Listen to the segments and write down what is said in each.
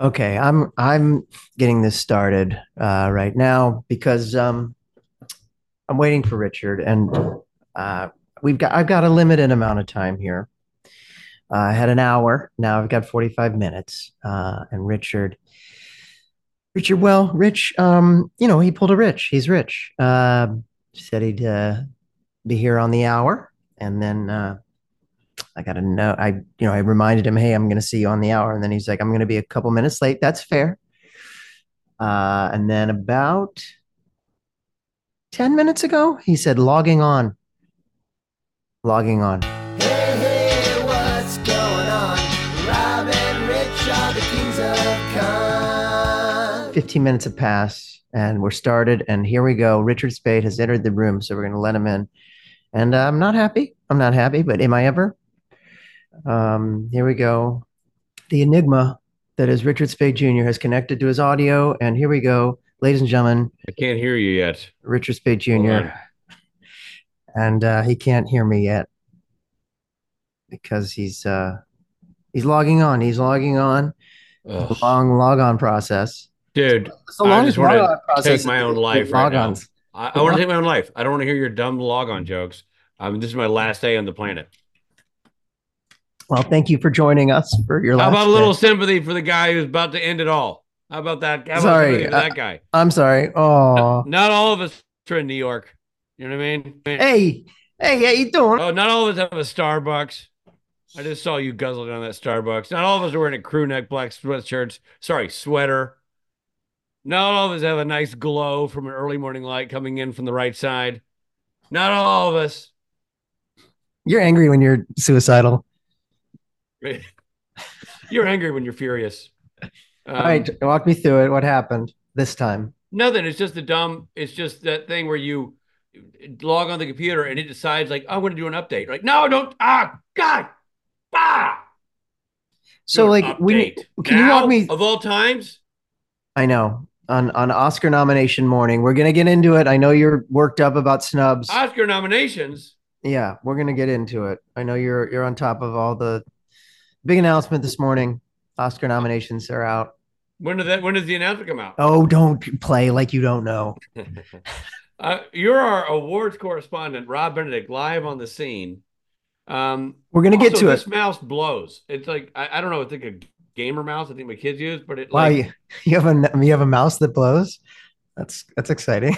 Okay, I'm I'm getting this started uh, right now because um, I'm waiting for Richard, and uh, we've got I've got a limited amount of time here. Uh, I had an hour. Now I've got 45 minutes, uh, and Richard. Richard, well, Rich, um, you know, he pulled a Rich. He's Rich. Uh, said he'd uh, be here on the hour, and then uh, I got to know. I, you know, I reminded him, "Hey, I'm going to see you on the hour," and then he's like, "I'm going to be a couple minutes late. That's fair." Uh, and then about ten minutes ago, he said, "Logging on, logging on." Hey, hey, what's going on? Rob and Rich are the kings of con. 15 minutes have passed and we're started and here we go richard spade has entered the room so we're going to let him in and uh, i'm not happy i'm not happy but am i ever um, here we go the enigma that is richard spade jr has connected to his audio and here we go ladies and gentlemen I can't hear you yet. richard spade Hold jr on. and uh, he can't hear me yet because he's uh, he's logging on he's logging on Ugh. long log on process Dude, so I long just as log wanna on process take my own is- life right now. logons. I, I want to take my own life. I don't want to hear your dumb log on jokes. Um, this is my last day on the planet. Well, thank you for joining us for your How last. about a little day. sympathy for the guy who's about to end it all? How about that? How about Sorry, sympathy for uh, that guy. I'm sorry. Oh, Not all of us are in New York. You know what I mean? hey, hey, how you doing? Oh, not all of us have a Starbucks. I just saw you guzzle down that Starbucks. Not all of us are wearing a crew neck black sweatshirts. Sorry, sweater. Not all of us have a nice glow from an early morning light coming in from the right side. Not all of us. You're angry when you're suicidal. You're angry when you're furious. Um, All right, walk me through it. What happened this time? Nothing. It's just the dumb. It's just that thing where you log on the computer and it decides like I'm going to do an update. Like no, don't. Ah, God. Ah. So, Do an like, when you, update. can you walk Now, me? of all times? I know on on Oscar nomination morning, we're gonna get into it. I know you're worked up about snubs. Oscar nominations. yeah, we're gonna get into it. I know you're you're on top of all the big announcement this morning. Oscar nominations are out. When did that? When does the announcement come out? Oh, don't play like you don't know. Uh, you're our awards correspondent, Rob Benedict, live on the scene. Um, We're gonna get also, to it. this mouse blows. It's like I, I don't know. I think a gamer mouse. I think my kids use, but it Wow, like you, you have a you have a mouse that blows. That's that's exciting.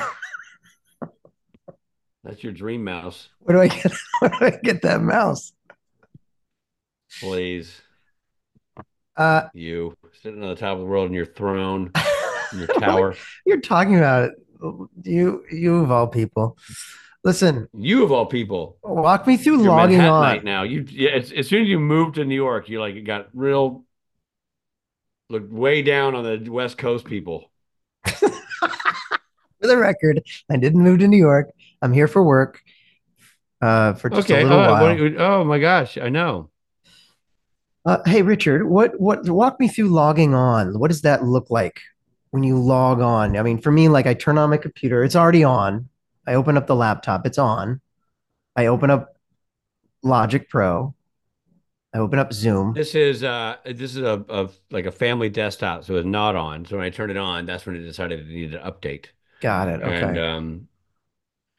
that's your dream mouse. Where do I get where do I get that mouse? Please, Uh, you sitting on the top of the world in your throne, in your tower. you're talking about it. You you of all people. Listen, you of all people, walk me through you're logging Manhattanite on. now. You yeah, as, as soon as you moved to New York, you like it got real looked way down on the West Coast people. For the record, I didn't move to New York. I'm here for work. Uh, for just a Okay. little uh, what while. do you- oh my gosh, I know. uh, hey, Richard, what what walk me through logging on? What does that look like when you log on? I mean, for me, like I turn on my computer, it's already on. I open up the laptop, it's on. I open up Logic Pro. I open up Zoom. This is uh this is a, a like a family desktop, so it's not on. So when I turned it on, that's when it decided it needed an update. Got it. Okay. And um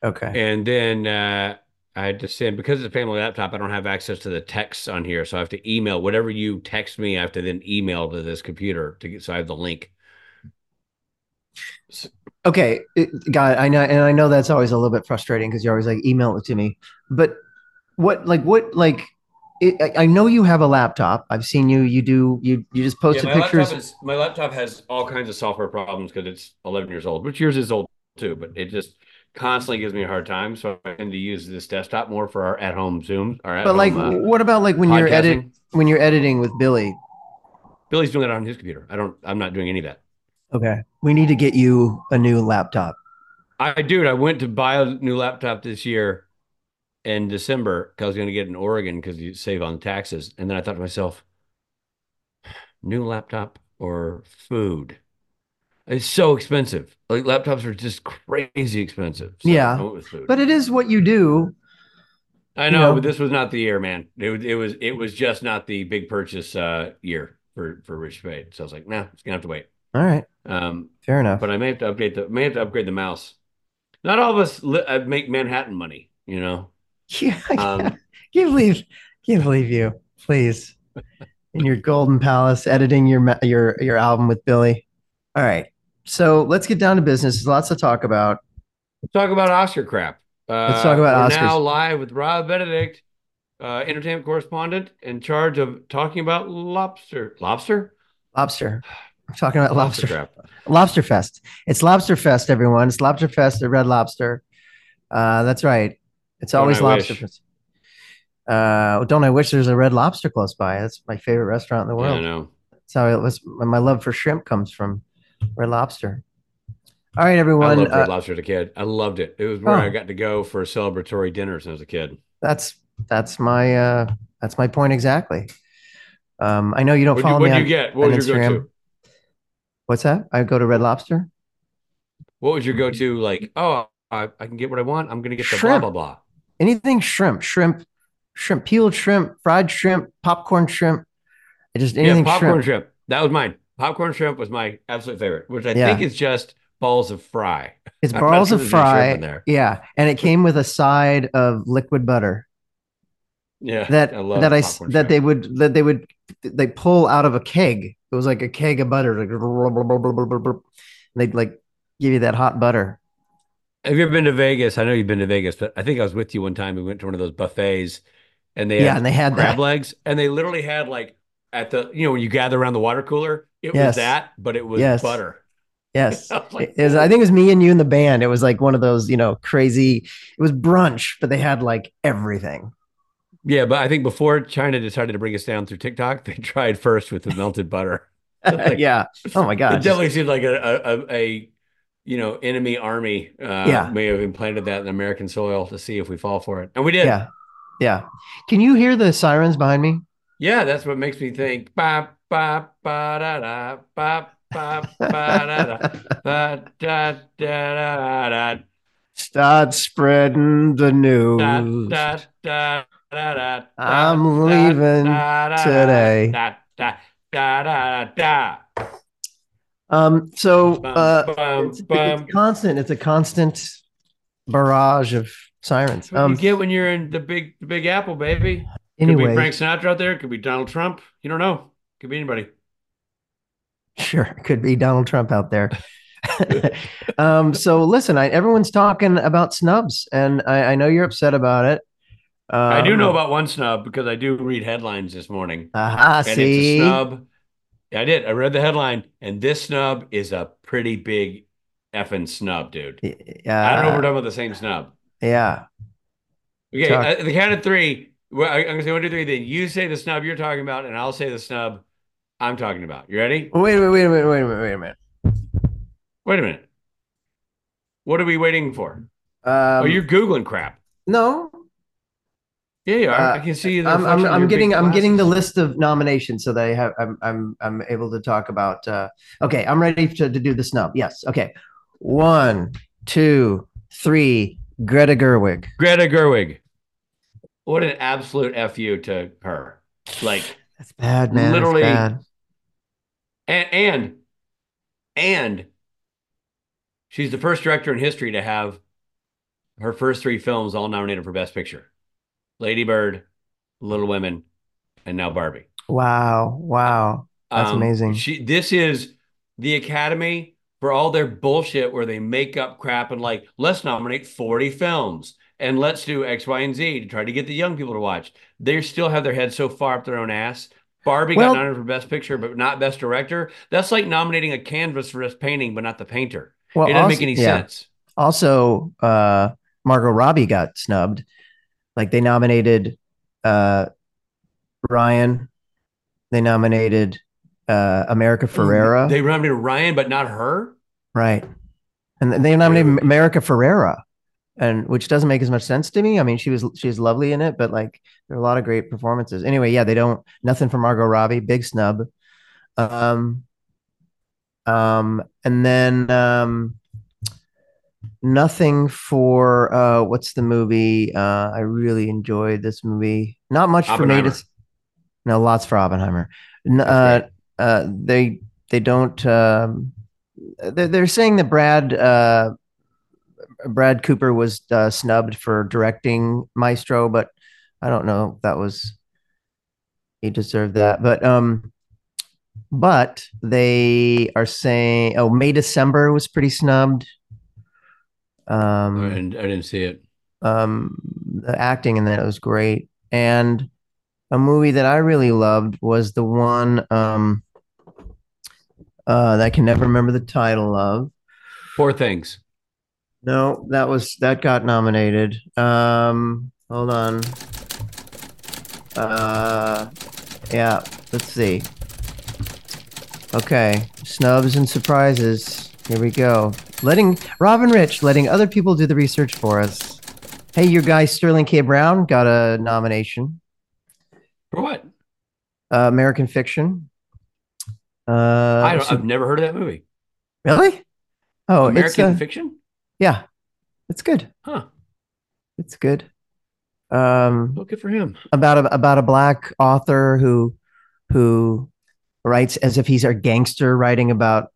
okay. and then uh I had to send because it's a family laptop, I don't have access to the texts on here. So I have to email whatever you text me, I have to then email to this computer to get so I have the link. Okay. It, got it. I know, and I know that's always a little bit frustrating because you're always like, email it to me. But what, like, what, like, it, I, I know you have a laptop. I've seen you. You do. You you just posted my pictures. Laptop is, my laptop has all kinds of software problems because it's 11 years old, which yours is old too, but it just constantly gives me a hard time. So I tend to use this desktop more for our uh, at home Zooms. All right. but like, what about like when you're edit when you're editing with Billy? Billy's doing that on his computer. I don't, I'm not doing any of that. Okay. We need to get you a new laptop. I, dude, I went to buy a new laptop this year in December because I was going to get it in Oregon because you save on taxes. And then I thought to myself, new laptop or food? It's so expensive. Like laptops are just crazy expensive. So Yeah. I went with food. But it is what you do. I you know, know. but this was not the year, man. It, was- it was it was just not the big purchase uh, year. for for Rich Fade. So I was like, nah, it's gonna have to wait. All right. Um, Fair enough. but I may have to update the may have to upgrade the mouse. Not all of us li- uh, make Manhattan money, you know. Yeah. Um, can't believe, can't believe you. Please, in your golden palace, editing your ma- your your album with Billy. All right. So let's get down to business. There's lots to talk about. talk about Oscar crap. Uh, Let's talk about we're Now Oscars. live with Rob Benedict, uh, entertainment correspondent in charge of talking about lobster, lobster, Lobster. I'm talking about lobster. crap. Lobster Fest. It's Lobster Fest, everyone. It's Lobster Fest at Red Lobster. Uh, that's right. It's Don't always I Lobster wish. Fest. Uh, don't I wish there's a Red Lobster close by? That's my favorite restaurant in the I world. don't know. That's how it was. My love for shrimp comes from Red Lobster. All right, I everyone. loved Red Uh, Lobster as a kid. I loved it. It was where I Oh. got to go for celebratory dinners when I was a kid. that's that's my uh, that's my point exactly. Um, I know you don't What follow did me you on, get? What on was your Instagram. go-to? What's that? I go to Red Lobster. What was your go-to? Like, oh, I, I can get what I want. I'm gonna get the Shrimp. blah blah blah. anything shrimp, shrimp, shrimp, peeled shrimp, fried shrimp, popcorn shrimp. I just anything yeah, popcorn shrimp. shrimp. That was mine. Popcorn shrimp was my absolute favorite, which I Yeah. think is just balls of fry. It's I'm not balls sure of there's any shrimp fry. in there. Yeah, and it came with a side of liquid butter Yeah, that love that I s- popcorn that shrimp. they would that they would they pull out of a keg. It was like a keg of butter. Like, they'd like give you that hot butter. Have you ever been to Vegas? I know you've been to Vegas, but I think I was with you one time. We went to one of those buffets, and they Yeah, had and they had crab that. legs, and they literally had like at the you know when you gather around the water cooler, it Yes. was that, but it was Yes. butter. Yes. I was like, It was, I think it was me and you and the band. It was like one of those, you know, crazy. It was brunch, but they had like everything. Yeah, but I think before China decided to bring us down through TikTok, they tried first with the melted butter. Like, yeah. Oh my It god. definitely seemed like a a, a, a you know enemy army uh, Yeah. may have implanted that in American soil to see if we fall for it, and we did. yeah. Yeah. Can you hear the sirens behind me? Yeah, that's what makes me think. Bop, bop, ba, da, da, bop, bop, ba, da, da, ba, da, da, da, da, da, Start spreading the news. da, da, da, da, I'm da, leaving da, da, da, today. da, da, da, da, da. Um so Bum, uh bum, it's, bum. it's constant. It's a constant barrage of sirens. That's what you Um get when you're in the big the big apple, baby. Could be anyway, Frank Sinatra out there, could be Donald Trump. You don't know. Could be anybody. sure, it could be Donald Trump out there. um so listen, I, everyone's talking about snubs and I, I know you're upset about it. Um, I do know about one snub because I do read headlines this morning. Aha, and it's a Ah, see. snub. I did. I read the headline, and this snub is a pretty big effing snub, dude. I don't know if we're Yeah. talking about the same snub. yeah. Okay, Talk. at the count of three. Well, I, I'm gonna say one, two, three. Then you say the snub you're talking about, and I'll say the snub I'm talking about. You ready? Wait, wait, wait, wait, wait, wait, wait a minute. Wait a minute. What are we waiting for? Um, oh, you're googling crap. no, Yeah, yeah. I- I uh, can see. The I'm, reflection I'm, of I'm your big getting I'm getting the glasses. list of nominations so that I have I'm I'm I'm able to talk about. Uh, okay, I'm ready to, to do the snub. Yes. Okay, one, two, three. Greta Gerwig. Greta Gerwig. What an absolute fu to her. Like. That's bad, man. Literally- Literally. Bad. and and and she's the first director in history to have her first three films all nominated for best picture lady bird little women and now barbie Wow. Wow. That's amazing. Um, she this is the academy for all their bullshit where they make up crap and like let's nominate 40 films and let's do x y and z to try to get the young people to watch they still have their heads so far up their own ass barbie Well- got nominated for best picture but not best director that's like nominating a canvas for best painting but not the painter Well, it doesn't also- make any yeah. sense Also, uh, Margot Robbie got snubbed. Like they nominated uh, Ryan. They nominated uh, America Mm-hmm. Ferrera. they nominated ryan but not her Right. And they nominated Really? America Ferrera, and which doesn't make as much sense to me. I mean, she was she's lovely in it, but like there are a lot of great performances. Anyway, yeah, they don't nothing for Margot Robbie, big snub. Um, um, and then um, nothing for uh, what's the movie? Uh, I really enjoyed this movie. Not much for me Oppenheimer. to. s- No, lots for Oppenheimer. N- That's uh, right. uh, they they don't. Um, they're, they're saying that Brad uh, Brad Cooper was uh, snubbed for directing Maestro, but I don't know if that was he deserved that. But um, but they are saying oh May December was pretty snubbed. Um, And I didn't see it. um, the acting in that was great. And a movie that I really loved was the one um, uh, that I can never remember the title of. Four things. No, that was that got nominated. Um, hold on. Uh, yeah, let's see. Okay, snubs and surprises. Here we go. Letting Robin Rich, letting other people do the research for us. Hey, your guy Sterling K. Brown got a nomination. For what? Uh, American Fiction. Uh, I don't, so- I've never heard of that movie. really? Oh, it's American uh, Fiction? yeah, it's good. Huh. It's good. Um, Well, good for him. about a about a black author who who writes as if he's a gangster writing about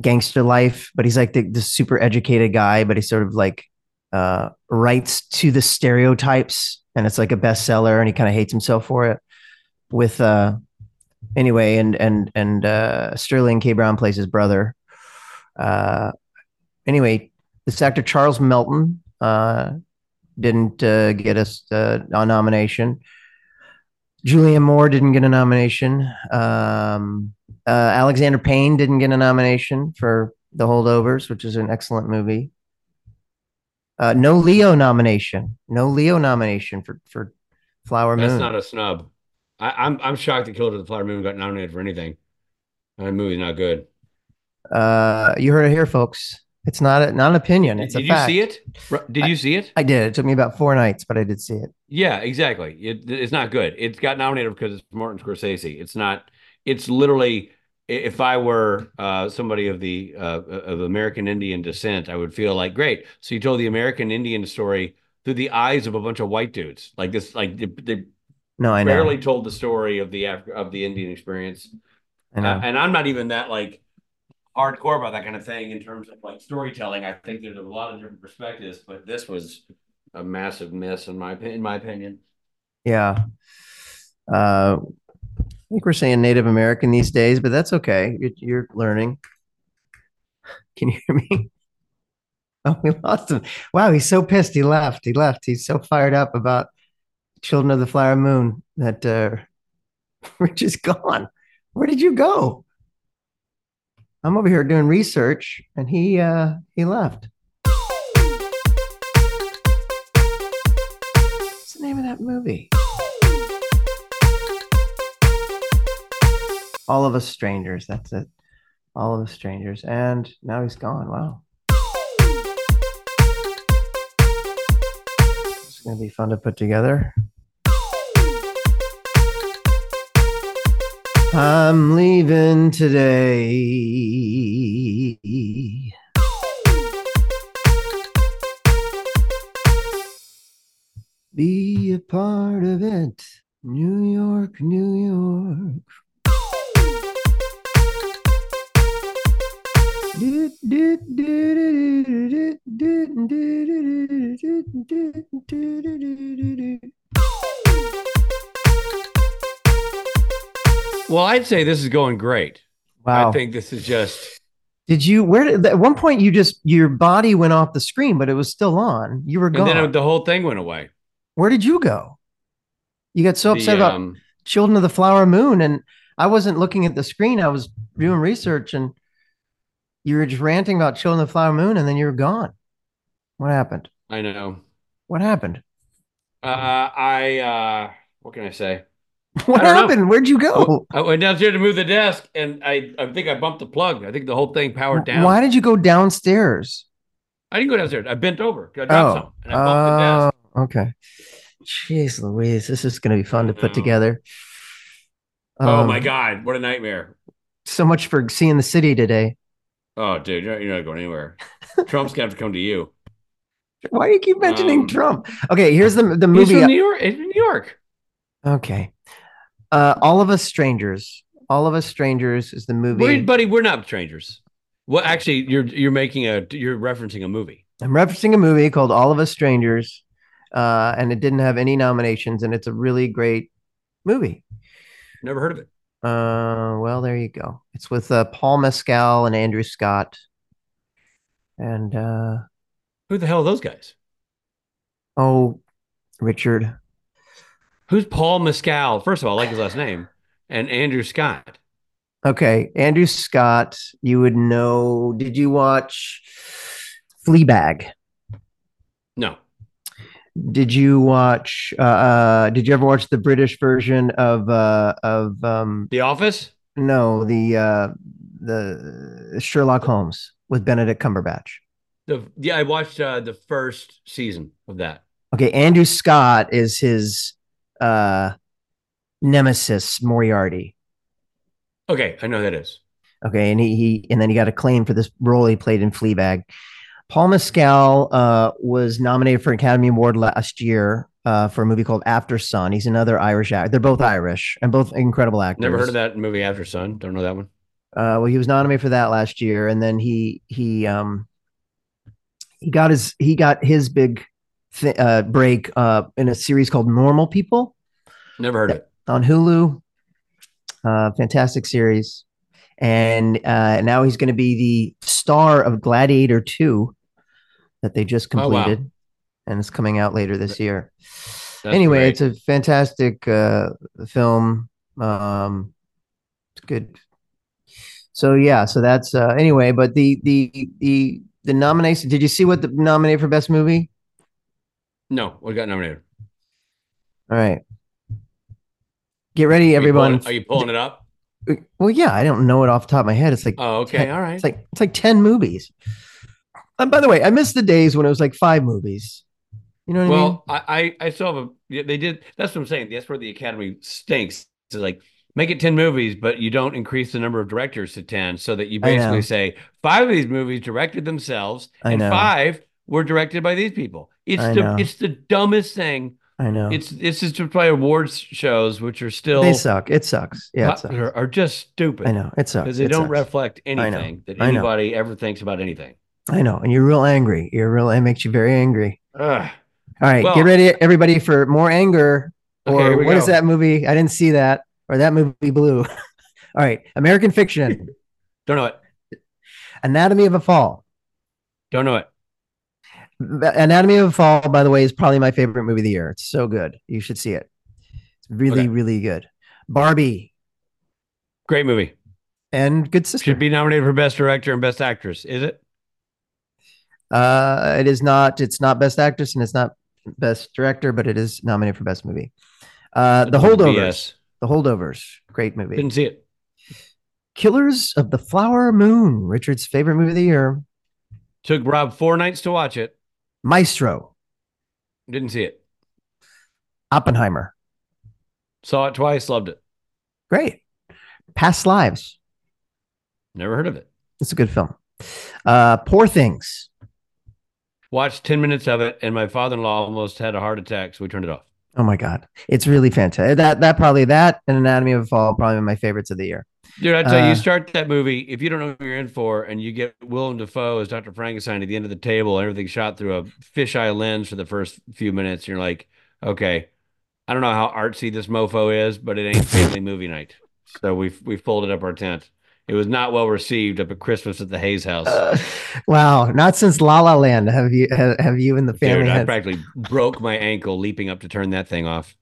gangster life, but he's like the, the super educated guy, but he sort of like uh, writes to the stereotypes, and it's like a bestseller, and he kind of hates himself for it. With uh, anyway, and and and uh, Sterling K. Brown plays his brother. Uh, anyway, this actor Charles Melton. Uh, didn't uh, get us uh, a nomination. Julian Moore didn't get a nomination. Um, uh, Alexander Payne didn't get a nomination for The Holdovers, which is an excellent movie. Uh, no Leo nomination. No Leo nomination for for Flower That's Moon. not a snub. I, I'm I'm shocked that Killer to the Flower Moon got nominated for anything. That movie's not good. uh, you heard it here, folks. It's not a, not an opinion. It's Did a you fact. see it? Ru- Did you see it? I did. It took me about four nights, but I did see it. Yeah, exactly. It, it's not good. It's got nominated because it's Martin Scorsese. It's not. It's literally, i- if I were uh, somebody of the uh, of American Indian descent, I would feel like great. So you told the American Indian story through the eyes of a bunch of white dudes. Like this, like they, they No, I know. barely told the story of the Af- of the Indian experience. I know. Uh, and I'm not even that like hardcore about that kind of thing in terms of like storytelling. I think there's a lot of different perspectives, but this was a massive miss in my opi- in my opinion. Yeah. Uh, I think we're saying Native American these days, but that's okay. You're, you're learning. Can you hear me? Oh, we lost him. Wow, he's so pissed. He left. He left. He's so fired up about Children of the Flower Moon that uh, we're just gone. Where did you go? I'm over here doing research, and he uh, he left. What's the name of that movie? All of Us Strangers. That's it. All of Us Strangers. And now he's gone. Wow. It's going to be fun to put together. I'm leaving today. Be a part of it. New York, New York. Do, do, do, do, do, do, do, do, do, do, do, do, do, do, do. Well, I'd say this is going great. I Wow. think this is just Did you where did- at one point you just your body went off the screen, but it was still on. You were and gone. then the whole thing went away. where did you go? You got so upset The, about um, Children of the Flower Moon, and I wasn't looking at the screen. I was doing research, and you were just ranting about Children of the Flower Moon, and then you were gone. What happened? I know. What happened? Uh, I uh, what can I say? What don't know. happened? Where'd you go? I went downstairs to move the desk, and I I think I bumped the plug. I think the whole thing powered down. Why did you go downstairs? I didn't go downstairs. I bent over. I dropped Oh. something, and I bumped the desk. Oh, okay. Jeez Louise, this is going to be fun to I put know. together. Mm-hmm. oh Um, my god, what a nightmare! So much for seeing the city today. Oh, dude, you're, you're not going anywhere. Trump's gonna have to come to you. Why do you keep mentioning Um, Trump? Okay, here's the the He's movie. from New York. He's from New York. Okay. Uh, All of Us Strangers All of Us Strangers is the movie. Wait, buddy, we're not strangers. Well, actually, you're you're making a you're referencing a movie. I'm referencing a movie called All of Us Strangers, uh, and it didn't have any nominations, and it's a really great movie. Never heard of it. Uh, well, there you go. It's with uh, Paul Mescal and Andrew Scott, and uh, Who the hell are those guys? oh, Richard. Who's Paul Mescal? First of all, I like his last name, and Andrew Scott. Okay, Andrew Scott. You would know. Did you watch Fleabag? No, Did you watch? Uh, uh, did you ever watch the British version of uh, of um, The Office. no the uh, the Sherlock Holmes with Benedict Cumberbatch? The yeah, I watched uh, the first season of that. Okay, Andrew Scott is his uh, nemesis Moriarty. Okay, I know who that is. Okay, and he, he and then he got acclaimed for this role he played in Fleabag. Paul Mescal uh, was nominated for an Academy Award last year uh, for a movie called After Sun. He's another Irish actor. They're both Irish and both incredible actors. Never heard of that movie After Sun. Don't know that one. Uh, well, he was nominated for that last year, and then he he um he got his he got his big th- uh, break uh, in a series called Normal People. Never heard of it. on Hulu. Uh, fantastic series. And uh, now he's going to be the star of Gladiator 2 that they just Oh, wow. completed. And it's coming out later this year. That's anyway, great. it's a fantastic uh, film. Um, it's good. So yeah, so that's uh, anyway. But the the the the nomination. Did you see what the nominated for best movie? no. What got nominated? All right, get ready, Are you everyone. pulling, are you pulling it up? Well, yeah, I don't know it off the top of my head. It's like Oh, okay. All right. It's like it's like ten movies. And by the way, I miss the days when it was like five movies. You know what I mean? Well, I, I I still have a. yeah, They did. That's what I'm saying. That's where the Academy stinks. It's like make it ten movies, but you don't increase the number of directors to ten, so that you I know. basically say five of these movies directed themselves, I and know. five were directed by these people. It's I the know. it's the dumbest thing. I know It's it's just to play awards shows, which are still they suck. It sucks. Yeah, it sucks. popular, are just stupid. I know it sucks. because they It don't sucks. reflect know. anything that I know. anybody ever thinks about anything. I know, and you're real angry. You're real. It makes you very angry. Ugh. All right, Well- get ready, everybody, for more anger. Okay, Or what here is we go. that movie? I didn't see that. Or that movie blew. All right, American Fiction, Don't know it. Anatomy of a Fall. Don't know it. The Anatomy of a Fall, by the way, is probably my favorite movie of the year. It's so good. You should see it. It's really, Okay. really good. Barbie Great movie. and Good Sister. Should be nominated for Best Director and Best Actress, is it? uh, it is not. It's not Best Actress and it's not Best Director, but it is nominated for Best Movie. Uh, the Holdovers. Yes. The Holdovers. Great movie. Didn't see it. Killers of the Flower Moon. Richard's favorite movie of the year. Took Rob four nights to watch it. Maestro. Didn't see it. Oppenheimer. Saw it twice. Loved it. Great. Past Lives. Never heard of it. It's a good film. Uh, Poor Things. Watched 10 minutes of it, and my father in law almost had a heart attack, so we turned it off. Oh my god, it's really fantastic. That that probably that and Anatomy of a Fall probably my favorites of the year. Dude, I tell you, Uh, you start that movie, if you don't know who you're in for, and you get Willem Dafoe as Dr. Frankenstein at the end of the table, and everything's shot through a fisheye lens for the first few minutes, and you're like, okay, I don't know how artsy this mofo is, but it ain't family movie night. So we've, we folded up our tent. It was not well received up at Christmas at the Hayes house. Uh, wow, not since La La Land have you have, have you and the family Dude, I had practically broke my ankle leaping up to turn that thing off.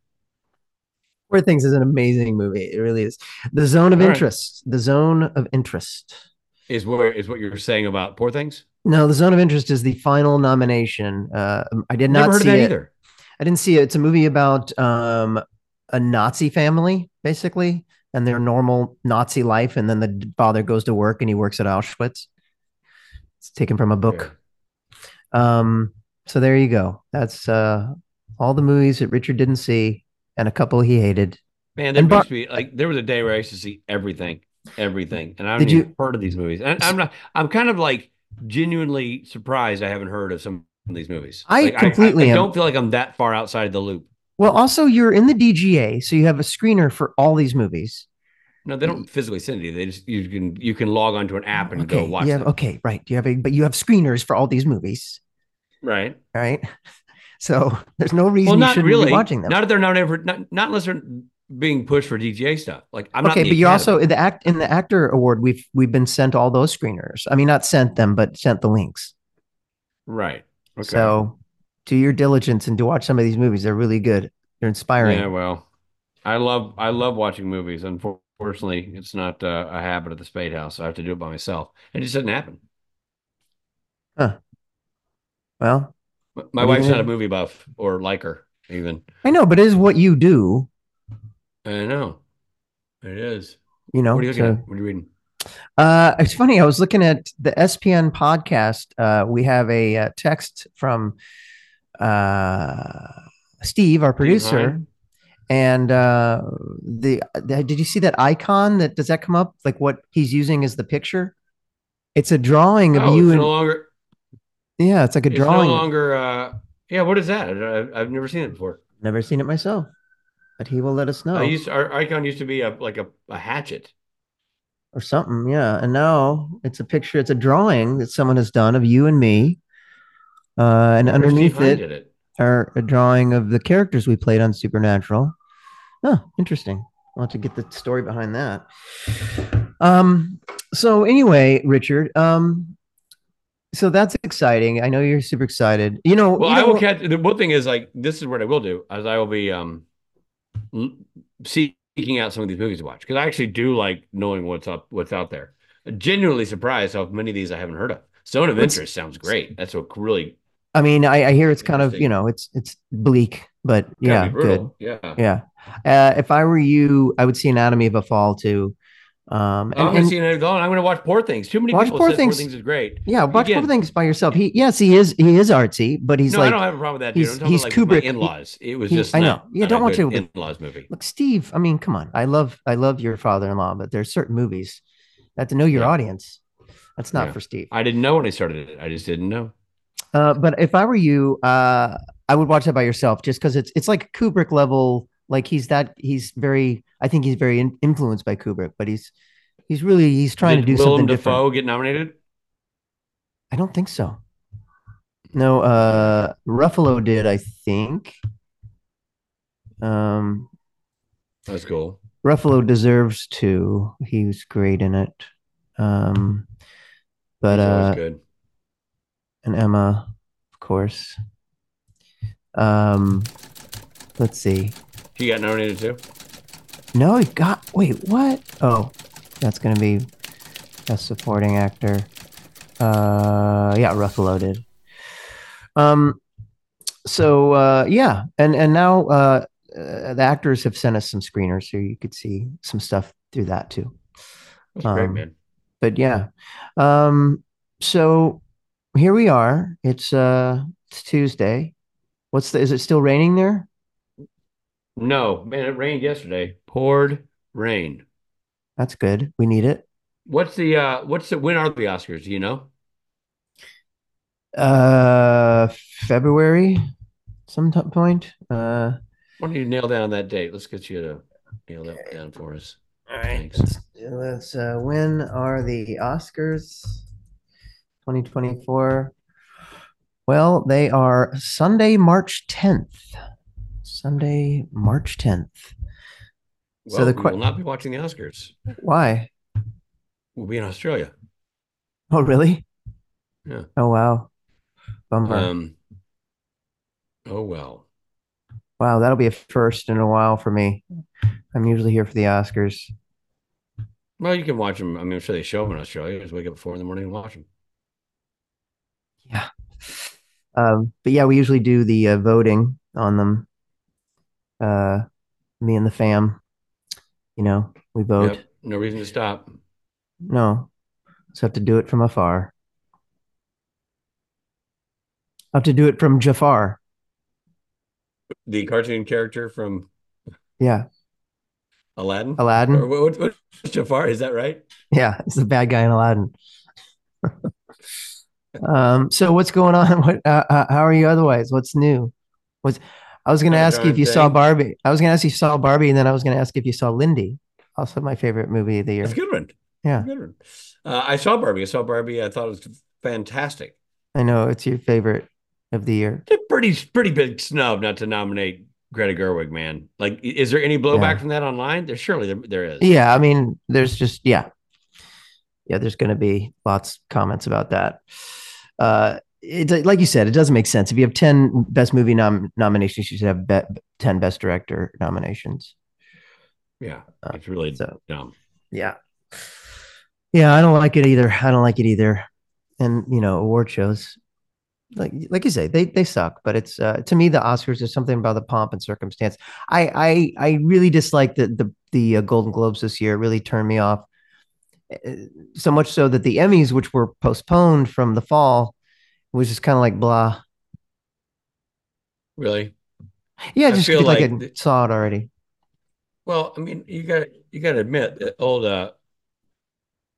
Poor Things is an amazing movie. It really is. The Zone of All right. Interest. The Zone of Interest. Is where is what you're saying about poor things? No, The Zone of Interest is the final nomination. Uh, I did not Never heard of see that it. either. I didn't see it. It's a movie about um, a Nazi family, basically, and their normal Nazi life. And then the father goes to work and he works at Auschwitz. It's taken from a book. Um, so there you go. That's uh, all the movies that Richard didn't see and a couple he hated. Man, that And Bar- makes me like there was a day where I used to see everything, everything, and I haven't Did even you- heard of these movies. And I'm not. I'm kind of like genuinely surprised I haven't heard of some of these movies. I Like, completely I, am. don't feel like I'm that far outside the loop. Well, also, you're in the DGA, so you have a screener for all these movies. No, they don't physically send it. to you. They just you can you can log onto an app and go okay, watch you have, it. okay, right. You have a, but you have screeners for all these movies, Right. right? So there's no reason Well, you not shouldn't really. be watching them. Not if they're not ever not, not unless they're being pushed for DGA stuff. Like I'm not. okay, the but you Academy. also in the act in the actor award, we've we've been sent all those screeners. I mean, not sent them, but sent the links. right. Okay. So do your diligence and to watch some of these movies. They're really good. They're inspiring. Yeah, well, I love I love watching movies. Unfortunately, it's not uh, a habit at the Spade House. I have to do it by myself. It just doesn't happen. Well, M- My What do you wife's not a mean? movie buff or liker even. I know, but it is what you do. I know it is. You know, What are you looking so- at? What are you reading? Uh, it's funny. I was looking at the SPN podcast. Uh, we have a uh, text from uh, Steve, our producer, Hine? and uh, the, the did you see that icon? That does that come up? Like what he's using is the picture. It's a drawing of Oh, you it's and no longer. yeah, it's like a It's drawing. no longer. Uh, yeah, what is that? I, I've- I've never seen it before. Never seen it myself, but he will let us know I used our icon used to be a like a, a hatchet. or something. Yeah, and now it's a picture. It's a drawing that someone has done of you and me, uh, and Where's Steve underneath Hine it. did it. are a drawing of the characters we played on Supernatural. Huh, interesting. I'll have to get the story behind that. Um, so anyway, Richard, um, so that's exciting. I know you're super excited. You know, Well, you know I will what- catch the one thing is like this is what I will do as I will be um l- seeking out some of these movies to watch because I actually do like knowing what's up what's out there. Genuinely surprised how many of these I haven't heard of. Zone of What's- Interest sounds great. That's a really I mean, I, I hear it's kind of Interesting. you know, it's it's bleak, but yeah, yeah good. brutal. Yeah, Yeah. Uh, if I were you, I would see Anatomy of a Fall too. Um, I'm and, gonna and Oh, see another Dawn. I'm gonna watch Poor Things. Too many Watch people Poor said Poor Things. Things is great. yeah, watch Again- Poor Things by yourself. He yes, he is he is artsy, but he's no, like I don't have a problem with that. he's- Dude. I'm talking he's about, like, my Kubrick. He- in-laws. It was he- just I know. not- Yeah, not don't a watch good it with- in-laws movie. Look, Steve, I mean, come on. I love I love your father-in-law, but there's certain movies that to know your Yeah. audience. That's not Yeah. for Steve. I didn't know when I started it. I just didn't know. Uh, but if I were you, uh, I would watch that by yourself just because it's it's like Kubrick level. Like he's that he's very I think he's very in, influenced by Kubrick, but he's he's really he's trying Did to do Willem something different. Dafoe get nominated? I don't think so. No, uh Ruffalo did, I think. Um That's cool. Ruffalo deserves to. He was great in it. Um, but He's always uh, good. and Emma, of course. Um, let's see. He got nominated too. No, he got. Wait, what? Oh, that's gonna be best supporting actor. Uh, yeah, Ruffalo did. Um, so uh, yeah, and and now uh, uh, the actors have sent us some screeners, so you could see some stuff through that too. That's great, Um, man. but yeah um so here we are it's uh it's tuesday what's the is it still raining there No, man, it rained yesterday. Poured rain. that's good we need it What's the uh what's the when are the Oscars? Do you know? uh february some t- point uh Why don't you nail down that date? Let's get you to nail that down for us. all right. let's, let's uh when are the oscars 2024 well they are sunday march 10th sunday march 10th So Well, the we que- will not be watching the Oscars. why We'll be in Australia. Oh, really? Yeah. Oh, wow. Bummer. Um oh well. wow, that'll be a first in a while for me. I'm usually here for the Oscars. Well, you can watch them. I mean, I'm sure they show them in Australia. You just wake up at four in the morning and watch them. Yeah. Um, but yeah, we usually do the uh, voting on them. Uh, me and the fam, you know, we vote. Yep. No reason to stop. No, just have to do it from afar. I have to do it from Jafar. The cartoon character from Yeah, Aladdin. Or Aladdin. what, what, what's Jafar? Is that right? Yeah, it's the bad guy in Aladdin. um, so what's going on? What? Uh, uh, how are you otherwise? What's new? What's I was going to Not a ask you if darn you saw thing. Barbie. I was going to ask you if you saw Barbie, and then I was going to ask if you saw Lindy. Also, my favorite movie of the year. That's a good one. Yeah. Good one. Uh, I saw Barbie. I saw Barbie. I thought it was fantastic. I know it's your favorite of the year. It's a pretty pretty big snub not to nominate Greta Gerwig, man. Like, i- is there any blowback Yeah. from that online? There surely there, there is. Yeah, I mean, there's just yeah, yeah. There's going to be lots of comments about that. Uh, it like you said, it doesn't make sense. If you have ten best movie nom- nominations, you should have be- ten best director nominations. Yeah. It's really So dumb. yeah, yeah. I don't like it either. I don't like it either. And you know, award shows, like like you say, they they suck. But it's uh, to me the Oscars is something about the pomp and circumstance. I I I really dislike the the the uh, Golden Globes this year. It really turned me off. Uh, So much so that the Emmys, which were postponed from the fall, was just kind of like blah. Really? Yeah, I just feel like, like I th- saw it already. Well, I mean, you got you got to admit that old uh,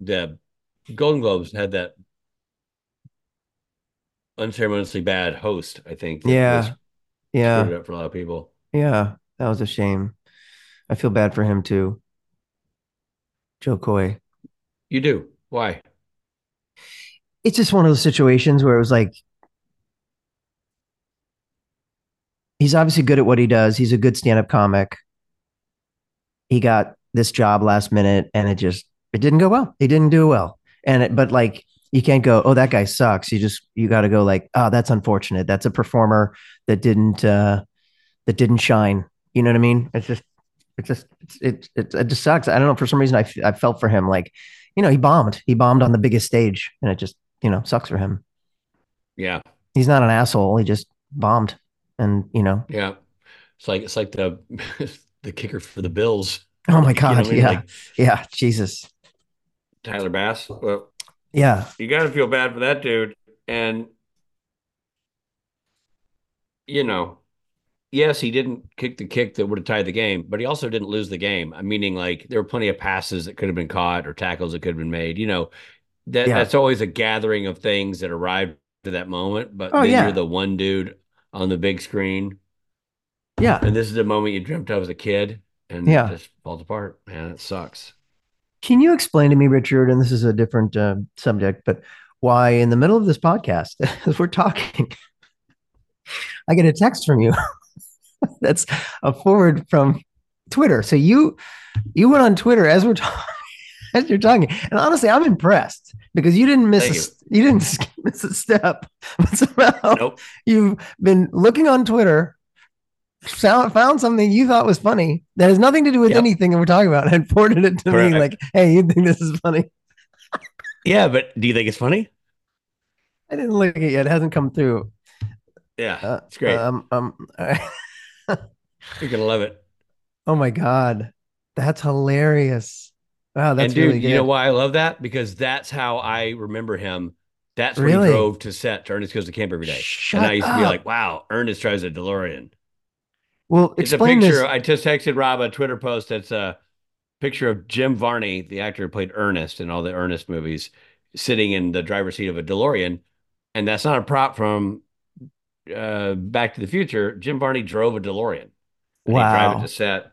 the Golden Globes had that unceremoniously bad host. I think. that Yeah. was- Yeah, screwed it up for a lot of people. yeah, that was a shame. I feel bad for him too. Joe Coy. You do. Why? It's just one of those situations where it was like he's obviously good at what he does. He's a good stand-up comic. He got this job last minute and it just it didn't go well. He didn't do well. And it, but like you can't go, "Oh, that guy sucks." You just you got to go like, "Oh, that's unfortunate. That's a performer that didn't uh that didn't shine." You know what I mean? It's just it just it, it it just sucks. I don't know for some reason I f- I felt for him like, you know, he bombed. He bombed on the biggest stage and it just, you know, sucks for him. Yeah, He's not an asshole. He just bombed and, you know, yeah. It's like it's like the the kicker for the Bills. Oh my You know what I God. mean? yeah. Like yeah. Jesus. Tyler Bass. Well, Yeah. you got to feel bad for that dude. And you know, yes, he didn't kick the kick that would have tied the game, but he also didn't lose the game. I Meaning, like there were plenty of passes that could have been caught or tackles that could have been made. You know, that Yeah. that's always a gathering of things that arrived to that moment. But Oh, then yeah. you're the one dude on the big screen. Yeah. And this is the moment you dreamt of as a kid, and Yeah. it just falls apart. Man, it sucks. Can you explain to me, Richard, and this is a different uh, subject, but why in the middle of this podcast, as we're talking, I get a text from you. That's a forward from Twitter. So you, you went on Twitter as we're talking. As you're talking, and honestly, I'm impressed because you didn't miss Thank a, s- you didn't miss a step. But somehow, Nope. you've been looking on Twitter, found, found something you thought was funny that has nothing to do with Yep. anything that we're talking about and forwarded it to me Correct. like, hey, you think this is funny? Yeah, but do you think it's funny? I didn't look at it yet. It hasn't come through. Yeah, Uh, it's great. Um, um, You're gonna love it. oh my God. That's hilarious. Wow, that's and dude, really good. you know why I love that? Because that's how I remember him. That's when Really? he drove to set to Ernest Goes to Camp every day. Shut and I used to be up. like, wow, Ernest drives a DeLorean. well, It's a explain picture. this. I just texted Rob a Twitter post that's a picture of Jim Varney, the actor who played Ernest in all the Ernest movies, sitting in the driver's seat of a DeLorean. And that's not a prop from uh, Back to the Future. Jim Varney drove a DeLorean. And He'd drive Wow. it to set.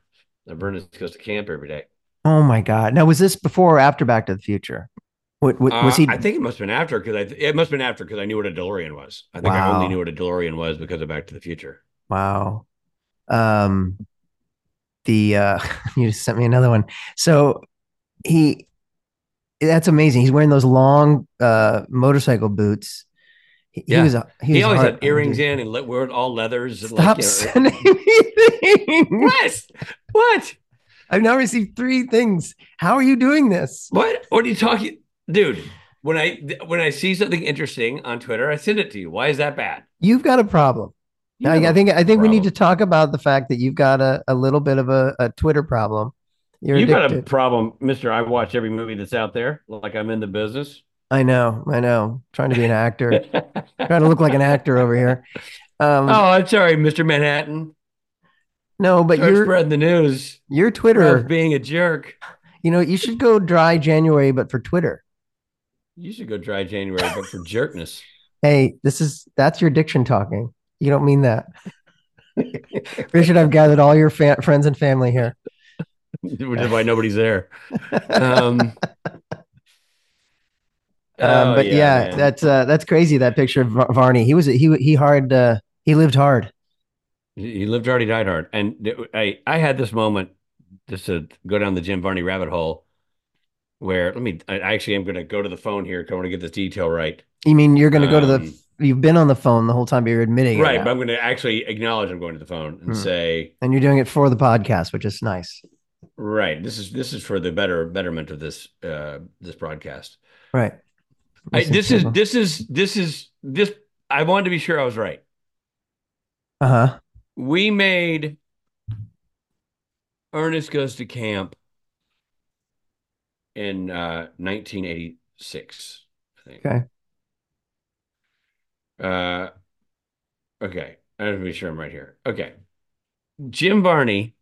And Ernest goes to camp every day. Oh my God. Now, was this before or after Back to the Future? What, what- was Uh, he? I think it must have been after because I it must have been after because I knew what a DeLorean was. I think I Wow. only knew what a DeLorean was because of Back to the Future. Wow. Um the uh you just sent me another one. So he that's amazing. He's wearing those long uh motorcycle boots. He, he Yeah. was a- he, He, was always hard- had earrings in and le- wore all leathers. And Stop like, you know, sending me things. what? What? I've now received three things. How are you doing this? What? What are you talking, dude? When I when I see something interesting on Twitter, I send it to you. Why is that bad? You've got a problem. You Now, have I a think I think we need problem. to talk about the fact that you've got a, a little bit of a, a Twitter problem. You're you got a addicted. problem, Mister. I watch every movie that's out there. Like I'm in the business. I know, I know. Trying to be an actor. oh, trying to look like an actor over here. Um, I'm sorry, Mister Manhattan. no, but But you're your spreading the news your of Twitter, being a jerk. you know, you should go dry January, but for Twitter. You should go dry January, but for jerkness. Hey, this is that's your diction talking. You don't mean that, Richard. I've gathered all your fa- friends and family here. which is why nobody's there. Um, um, oh, but yeah, man. that's uh, that's crazy. That picture of Var- Varney. He was he he hard. Uh, he lived hard. He he lived hard, he died hard. And th- I, I had this moment just to go down the Jim Varney rabbit hole where let me, I I actually am going to go to the phone here 'cause I want to get this detail right. You mean you're going to go to the? Um, You've been on the phone the whole time. But you're admitting it right. now. But I'm going to actually acknowledge I'm going to the phone and Hmm. say, and you're doing it for the podcast, which is nice. right, this is, this is for the better betterment of this, uh, this broadcast. Right. I, this is, uh this is, this is, this, I wanted to be sure I was right. huh. we made Ernest Goes to Camp in uh, 1986, I think. Okay. Uh, okay. I have to be sure I'm right here. Okay. Jim Barney.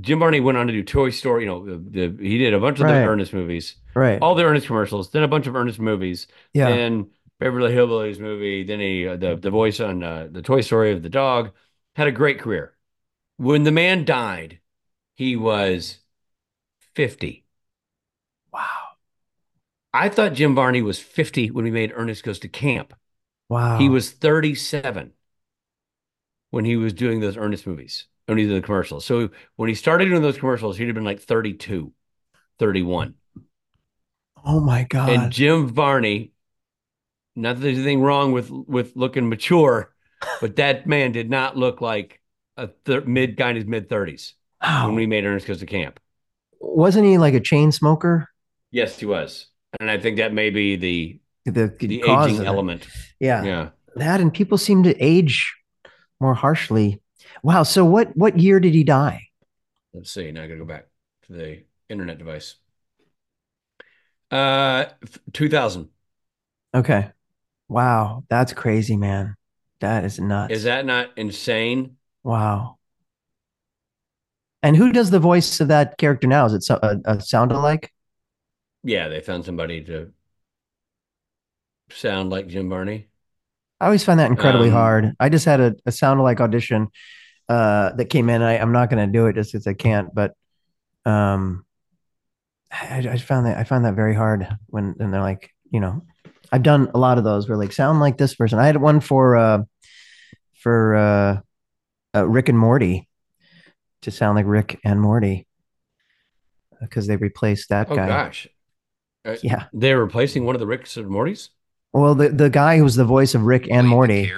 Jim Barney went on to do Toy Story. You know, the, the, he did a bunch of Right. the Ernest movies, Right. all the Ernest commercials, then a bunch of Ernest movies yeah. then Beverly Hillbillies movie, then he uh, the the voice on uh, the Toy Story of the dog had a great career. When the man died, he was fifty. wow. I thought Jim Varney was fifty when we made Ernest Goes to Camp. Wow. He was thirty-seven when he was doing those Ernest movies, when he did the commercials. So when he started doing those commercials, he'd have been like 32, 31. Oh my god. and Jim Varney. Not that there's anything wrong with with looking mature, but that man did not look like a thir- mid guy in his mid thirties Wow. when we made Ernest Goes to Camp. Wasn't he like a chain smoker? Yes, he was, and I think that may be the The, the cause of aging it. element. Yeah. Yeah, that and people seem to age more harshly. Wow. So what what year did he die? let's see. Now I gotta go back to the internet device. Uh, two thousand. Okay. Wow, that's crazy, man. That is nuts. Is that not insane? wow? And who does the voice of that character now? Is it so, a, a sound alike? Yeah, they found somebody to sound like Jim Varney. I always find that incredibly Um, hard. I just had a, a sound alike audition uh, that came in. I, I'm not going to do it just because I can't, but um, I, I found that I found that very hard when and they're like, you know, I've done a lot of those where like sound like this person. I had one for uh, for uh, uh, Rick and Morty to sound like Rick and Morty because they replaced that Oh guy. gosh, Yeah. They're replacing one of the Ricks and Mortys? Well, the the guy who was the voice of Rick and Morty,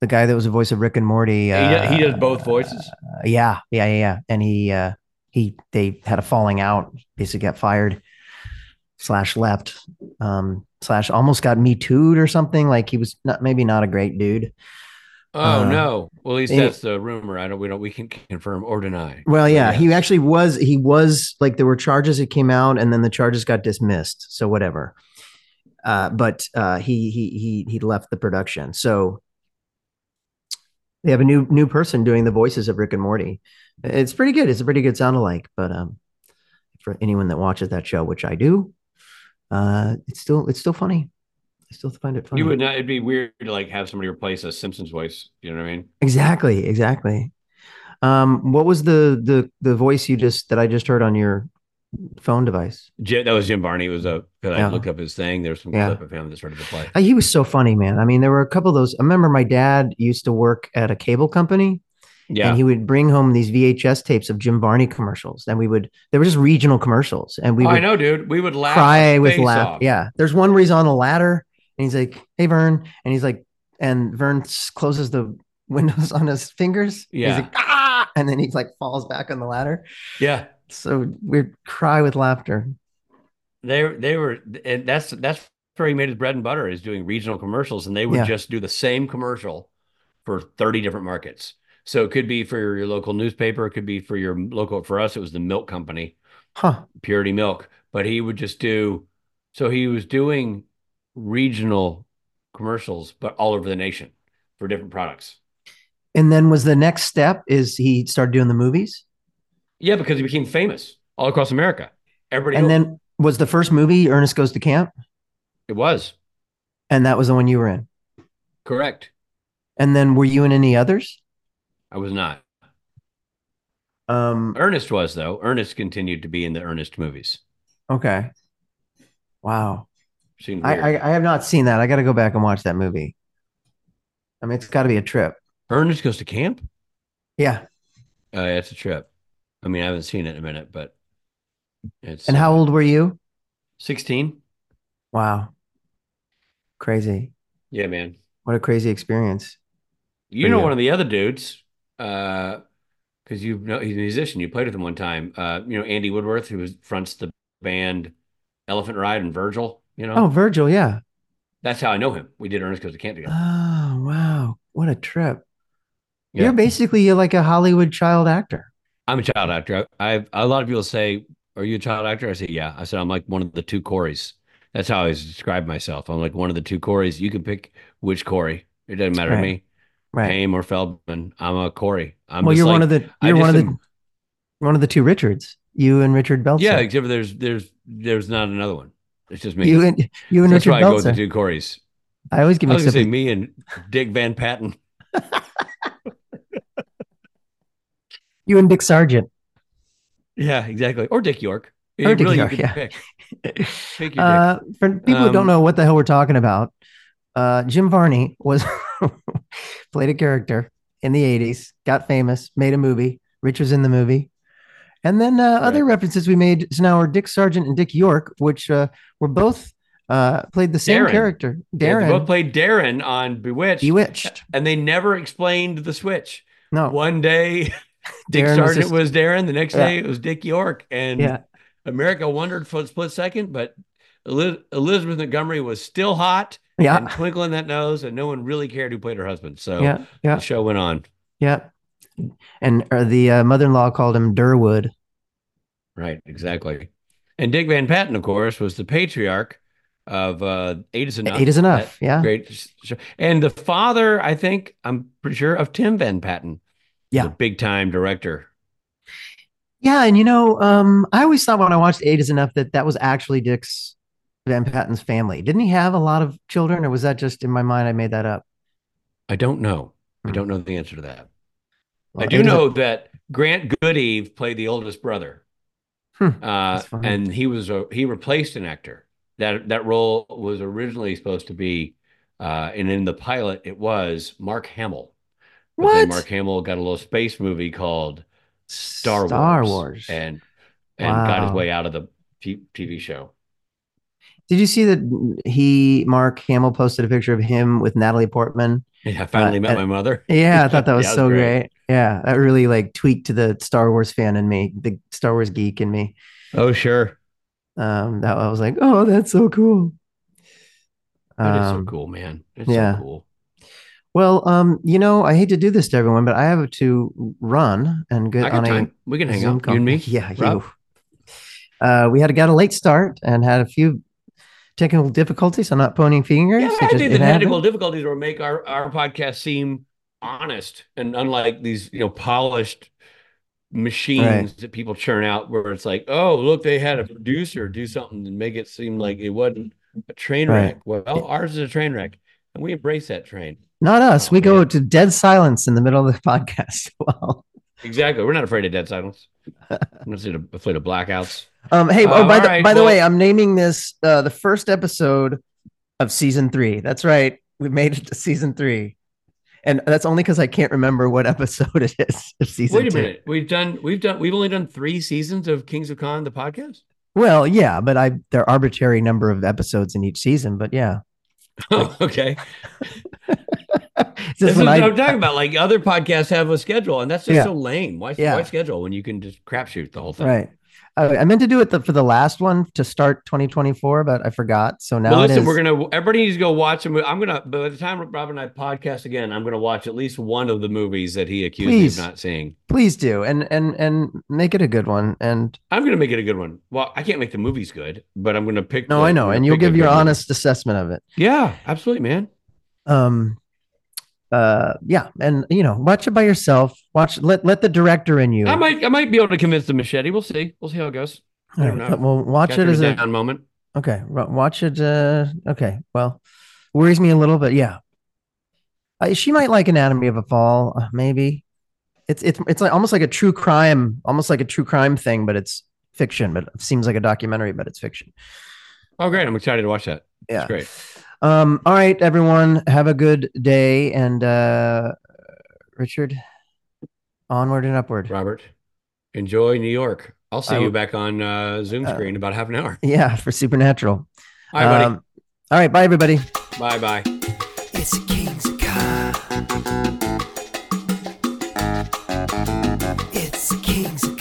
the guy that was the voice of Rick and Morty, uh, he, he does both voices. Uh, yeah, yeah, yeah, yeah. And he uh he they had a falling out, basically got fired, slash left, um, slash almost got me tooed or something. Like he was not maybe not a great dude. Oh uh, no. Well, at least he- that's the rumor. I don't we don't we can confirm or deny. Well, yeah, he Yes. actually was he was like there were charges that came out and then the charges got dismissed. So whatever. Uh, but uh, he he he he left the production. So they have a new new person doing the voices of Rick and Morty. It's pretty good. It's a pretty good sound alike. But um, for anyone that watches that show, which I do, uh, it's still it's still funny. I still find it funny. You would not it'd be weird to like have somebody replace a Simpsons voice. You know what I mean? Exactly, exactly. Um, what was the the the voice you just that I just heard on your phone device? Jim, that was Jim Barney. It was a because Yeah. I looked up his thing. There's some Yeah. clip of him that started to play. Uh, He was so funny, man. I mean, there were a couple of those. I remember my dad used to work at a cable company, Yeah. and he would bring home these VHS tapes of Jim Barney commercials, and we would. There were just regional commercials, and we oh, I would know, dude. We would laugh. cry our with face laugh. off. Yeah, there's one where he's on a ladder, and he's like, "Hey, Vern," and he's like, and Vern s- closes the windows on his fingers. Yeah. he's like, ah, and then he like falls back on the ladder. Yeah. So we'd cry with laughter. They they were and that's that's where he made his bread and butter is doing regional commercials and they would Yeah. just do the same commercial for 30 different markets. So it could be for your local newspaper, it could be for your local for us it was the milk company, Huh. Purity Milk, but he would just do so he was doing regional commercials but all over the nation for different products. And then was the next step is he started doing the movies? Yeah, because he became famous all across America. Everybody and knew him. then was the first movie Ernest Goes to Camp, it was and that was the one you were in. correct. And then were you in any others? I was not. Um, Ernest was though. Ernest continued to be in the Ernest movies. okay. Wow. Seemed I, weird. I I have not seen that. I got to go back and watch that movie. I mean, it's got to be a trip. Ernest goes to camp. Yeah. Uh, it's a trip. I mean, I haven't seen it in a minute, but it's And how old were you? Sixteen. Wow. Crazy. Yeah, man. What a crazy experience. You But know yeah. one of the other dudes, uh, because you know he's a musician. You played with him one time. Uh, you know Andy Woodworth, who was, fronts the band Elephant Ride and Virgil. You know Oh, Virgil. Yeah. that's how I know him. We did Ernest Goes to Camp together. Oh, wow. What a trip. Yeah. You're basically you're like a Hollywood child actor. I'm a child actor. I, I a lot of people say, "Are you a child actor?" I say, "Yeah." I said, "I'm like one of the two Corys." That's how I always describe myself. I'm like one of the two Corys. You can pick which Corey. It doesn't matter to Right. me, Right. Haim or Feldman. I'm a Corey. I'm well, just you're like, one of the I you're one of just the am- one of the two Richards. You and Richard Belzer. yeah. Except for there's there's there's not another one. It's just me. You and you and That's Richard why I go with the Belzer. two Corys. I always get I was mixed gonna up. say me and Dick Van Patten. You and Dick Sargent. Yeah, exactly. Or Dick York. Or Dick really, you York, could yeah. pick. Pick your dick. Uh, for people who Um, don't know what the hell we're talking about, uh, Jim Varney was played a character in the '80s, got famous, made a movie. Rich was in the movie, and then uh, other references we made is now are Dick Sargent and Dick York, which uh, were both uh, played the same Darren. character, Yeah, Darren they both played Darren on Bewitched. Bewitched. and they never explained the switch. No, One day, Dick Oh. Darren was Sargent just- was Darren. The next Yeah. day, it was Dick York, and yeah, America wondered for a split second, but Eli- Elizabeth Montgomery was still hot yeah, and twinkling that nose, and no one really cared who played her husband. So yeah, the yeah, show went on, yeah. And uh, the uh, mother-in-law called him Durwood. right? Exactly. And Dick Van Patten, of course, was the patriarch of uh, Eight Is Enough. Eight is That- enough. yeah, great sh- show. And the father, I think, I'm pretty sure, of Tim Van Patten. Yeah. The big time director. Yeah, and you know, um, I always thought when I watched Eight Is Enough that that was actually Dick's Van Patten's family. Didn't he have a lot of children, or was that just in my mind? I made that up. I don't know. I Hmm. don't know the answer to that. I Well, do Eight is a- know that Grant Goodeve played the oldest brother. Hmm, Uh, that's funny. and he was a, he replaced an actor. That that role was originally supposed to be uh, and in the pilot it was Mark Hamill. But what then Mark Hamill got a little space movie called Star, Star Wars, Wars. and and got his Wow. way out of the T- TV show. Did you see that he Mark Hamill posted a picture of him with Natalie Portman? Yeah, I finally met and- my mother. Yeah, I thought that was Yeah, it was so great. great. Yeah, that really like tweaked the Star Wars fan in me, the Star Wars geek in me. Oh sure, Um, that I was like, oh, that's so cool. that is so Um, cool, man. It's yeah. so cool. Well, um, you know, I hate to do this to everyone, but I have to run and get I got on time. We can a hang Zoom out. call. You and me. Yeah, Rob? you. Uh, we had got a late start and had a few technical difficulties. I'm not pointing fingers. Yeah, It but I just- think it the technical happened. difficulties will make our, our podcast seem honest and unlike these, you know, polished machines Right. that people churn out where it's like, oh, look, they had a producer do something and make it seem like it wasn't a train Right. wreck. Well, ours is a train wreck. And we embrace that train. Not us. Oh, we go man. to dead silence in the middle of the podcast. well, Exactly. We're not afraid of dead silence. I'm not afraid of blackouts. um, hey, oh, Um, by all the right, by the well- way, I'm naming this uh, the first episode of season three. That's right. We've made it to season three, and that's only because I can't remember what episode it is of season. Wait a two. minute. We've done we've done we've only done three seasons of Kings of Con, the podcast. Well, yeah, but I there are arbitrary number of episodes in each season, but yeah. Oh, okay. It's This just is when what I- I'm talking about. Like other podcasts have a schedule, and that's just Yeah. so lame. Why, Yeah. why schedule when you can just crapshoot the whole thing? Right. I, I meant to do it the, for the last one to start 2024, but I forgot. So now Well, it listen, is- we're gonna everybody needs to go watch a movie. I'm gonna by the time Rob and I podcast again, I'm gonna watch at least one of the movies that he accused Please. me of not seeing. please do and and and make it a good one. And I'm gonna make it a good one. Well, I can't make the movies good, but I'm gonna pick. no, the- I I'm know, gonna and you'll pick a give your good one. honest assessment of it. Yeah, absolutely, man. Um, uh, yeah, and you know, watch it by yourself. Watch let let the director in you. I might I might be able to convince the machete. We'll see. We'll see how it goes. All I don't right, know. Well, watch Got it your as a down moment. Okay, wa- watch it. Uh, okay, well, worries me a little, but yeah, I, she might like Anatomy of a Fall, uh, maybe. It's it's it's like, almost like a true crime, almost like a true crime thing, but it's fiction. But it seems like a documentary, but it's fiction. Oh, great! I'm excited to watch that. Yeah. It's great. Um, all right, everyone, have a good day, and uh, Richard, onward and upward. Robert, enjoy New York. I'll see I you will- back on uh, Zoom Uh, screen in about half an hour. Yeah, for Supernatural. All right, buddy. Um, all right, bye everybody. bye bye. It's a king's con. It's a king's con.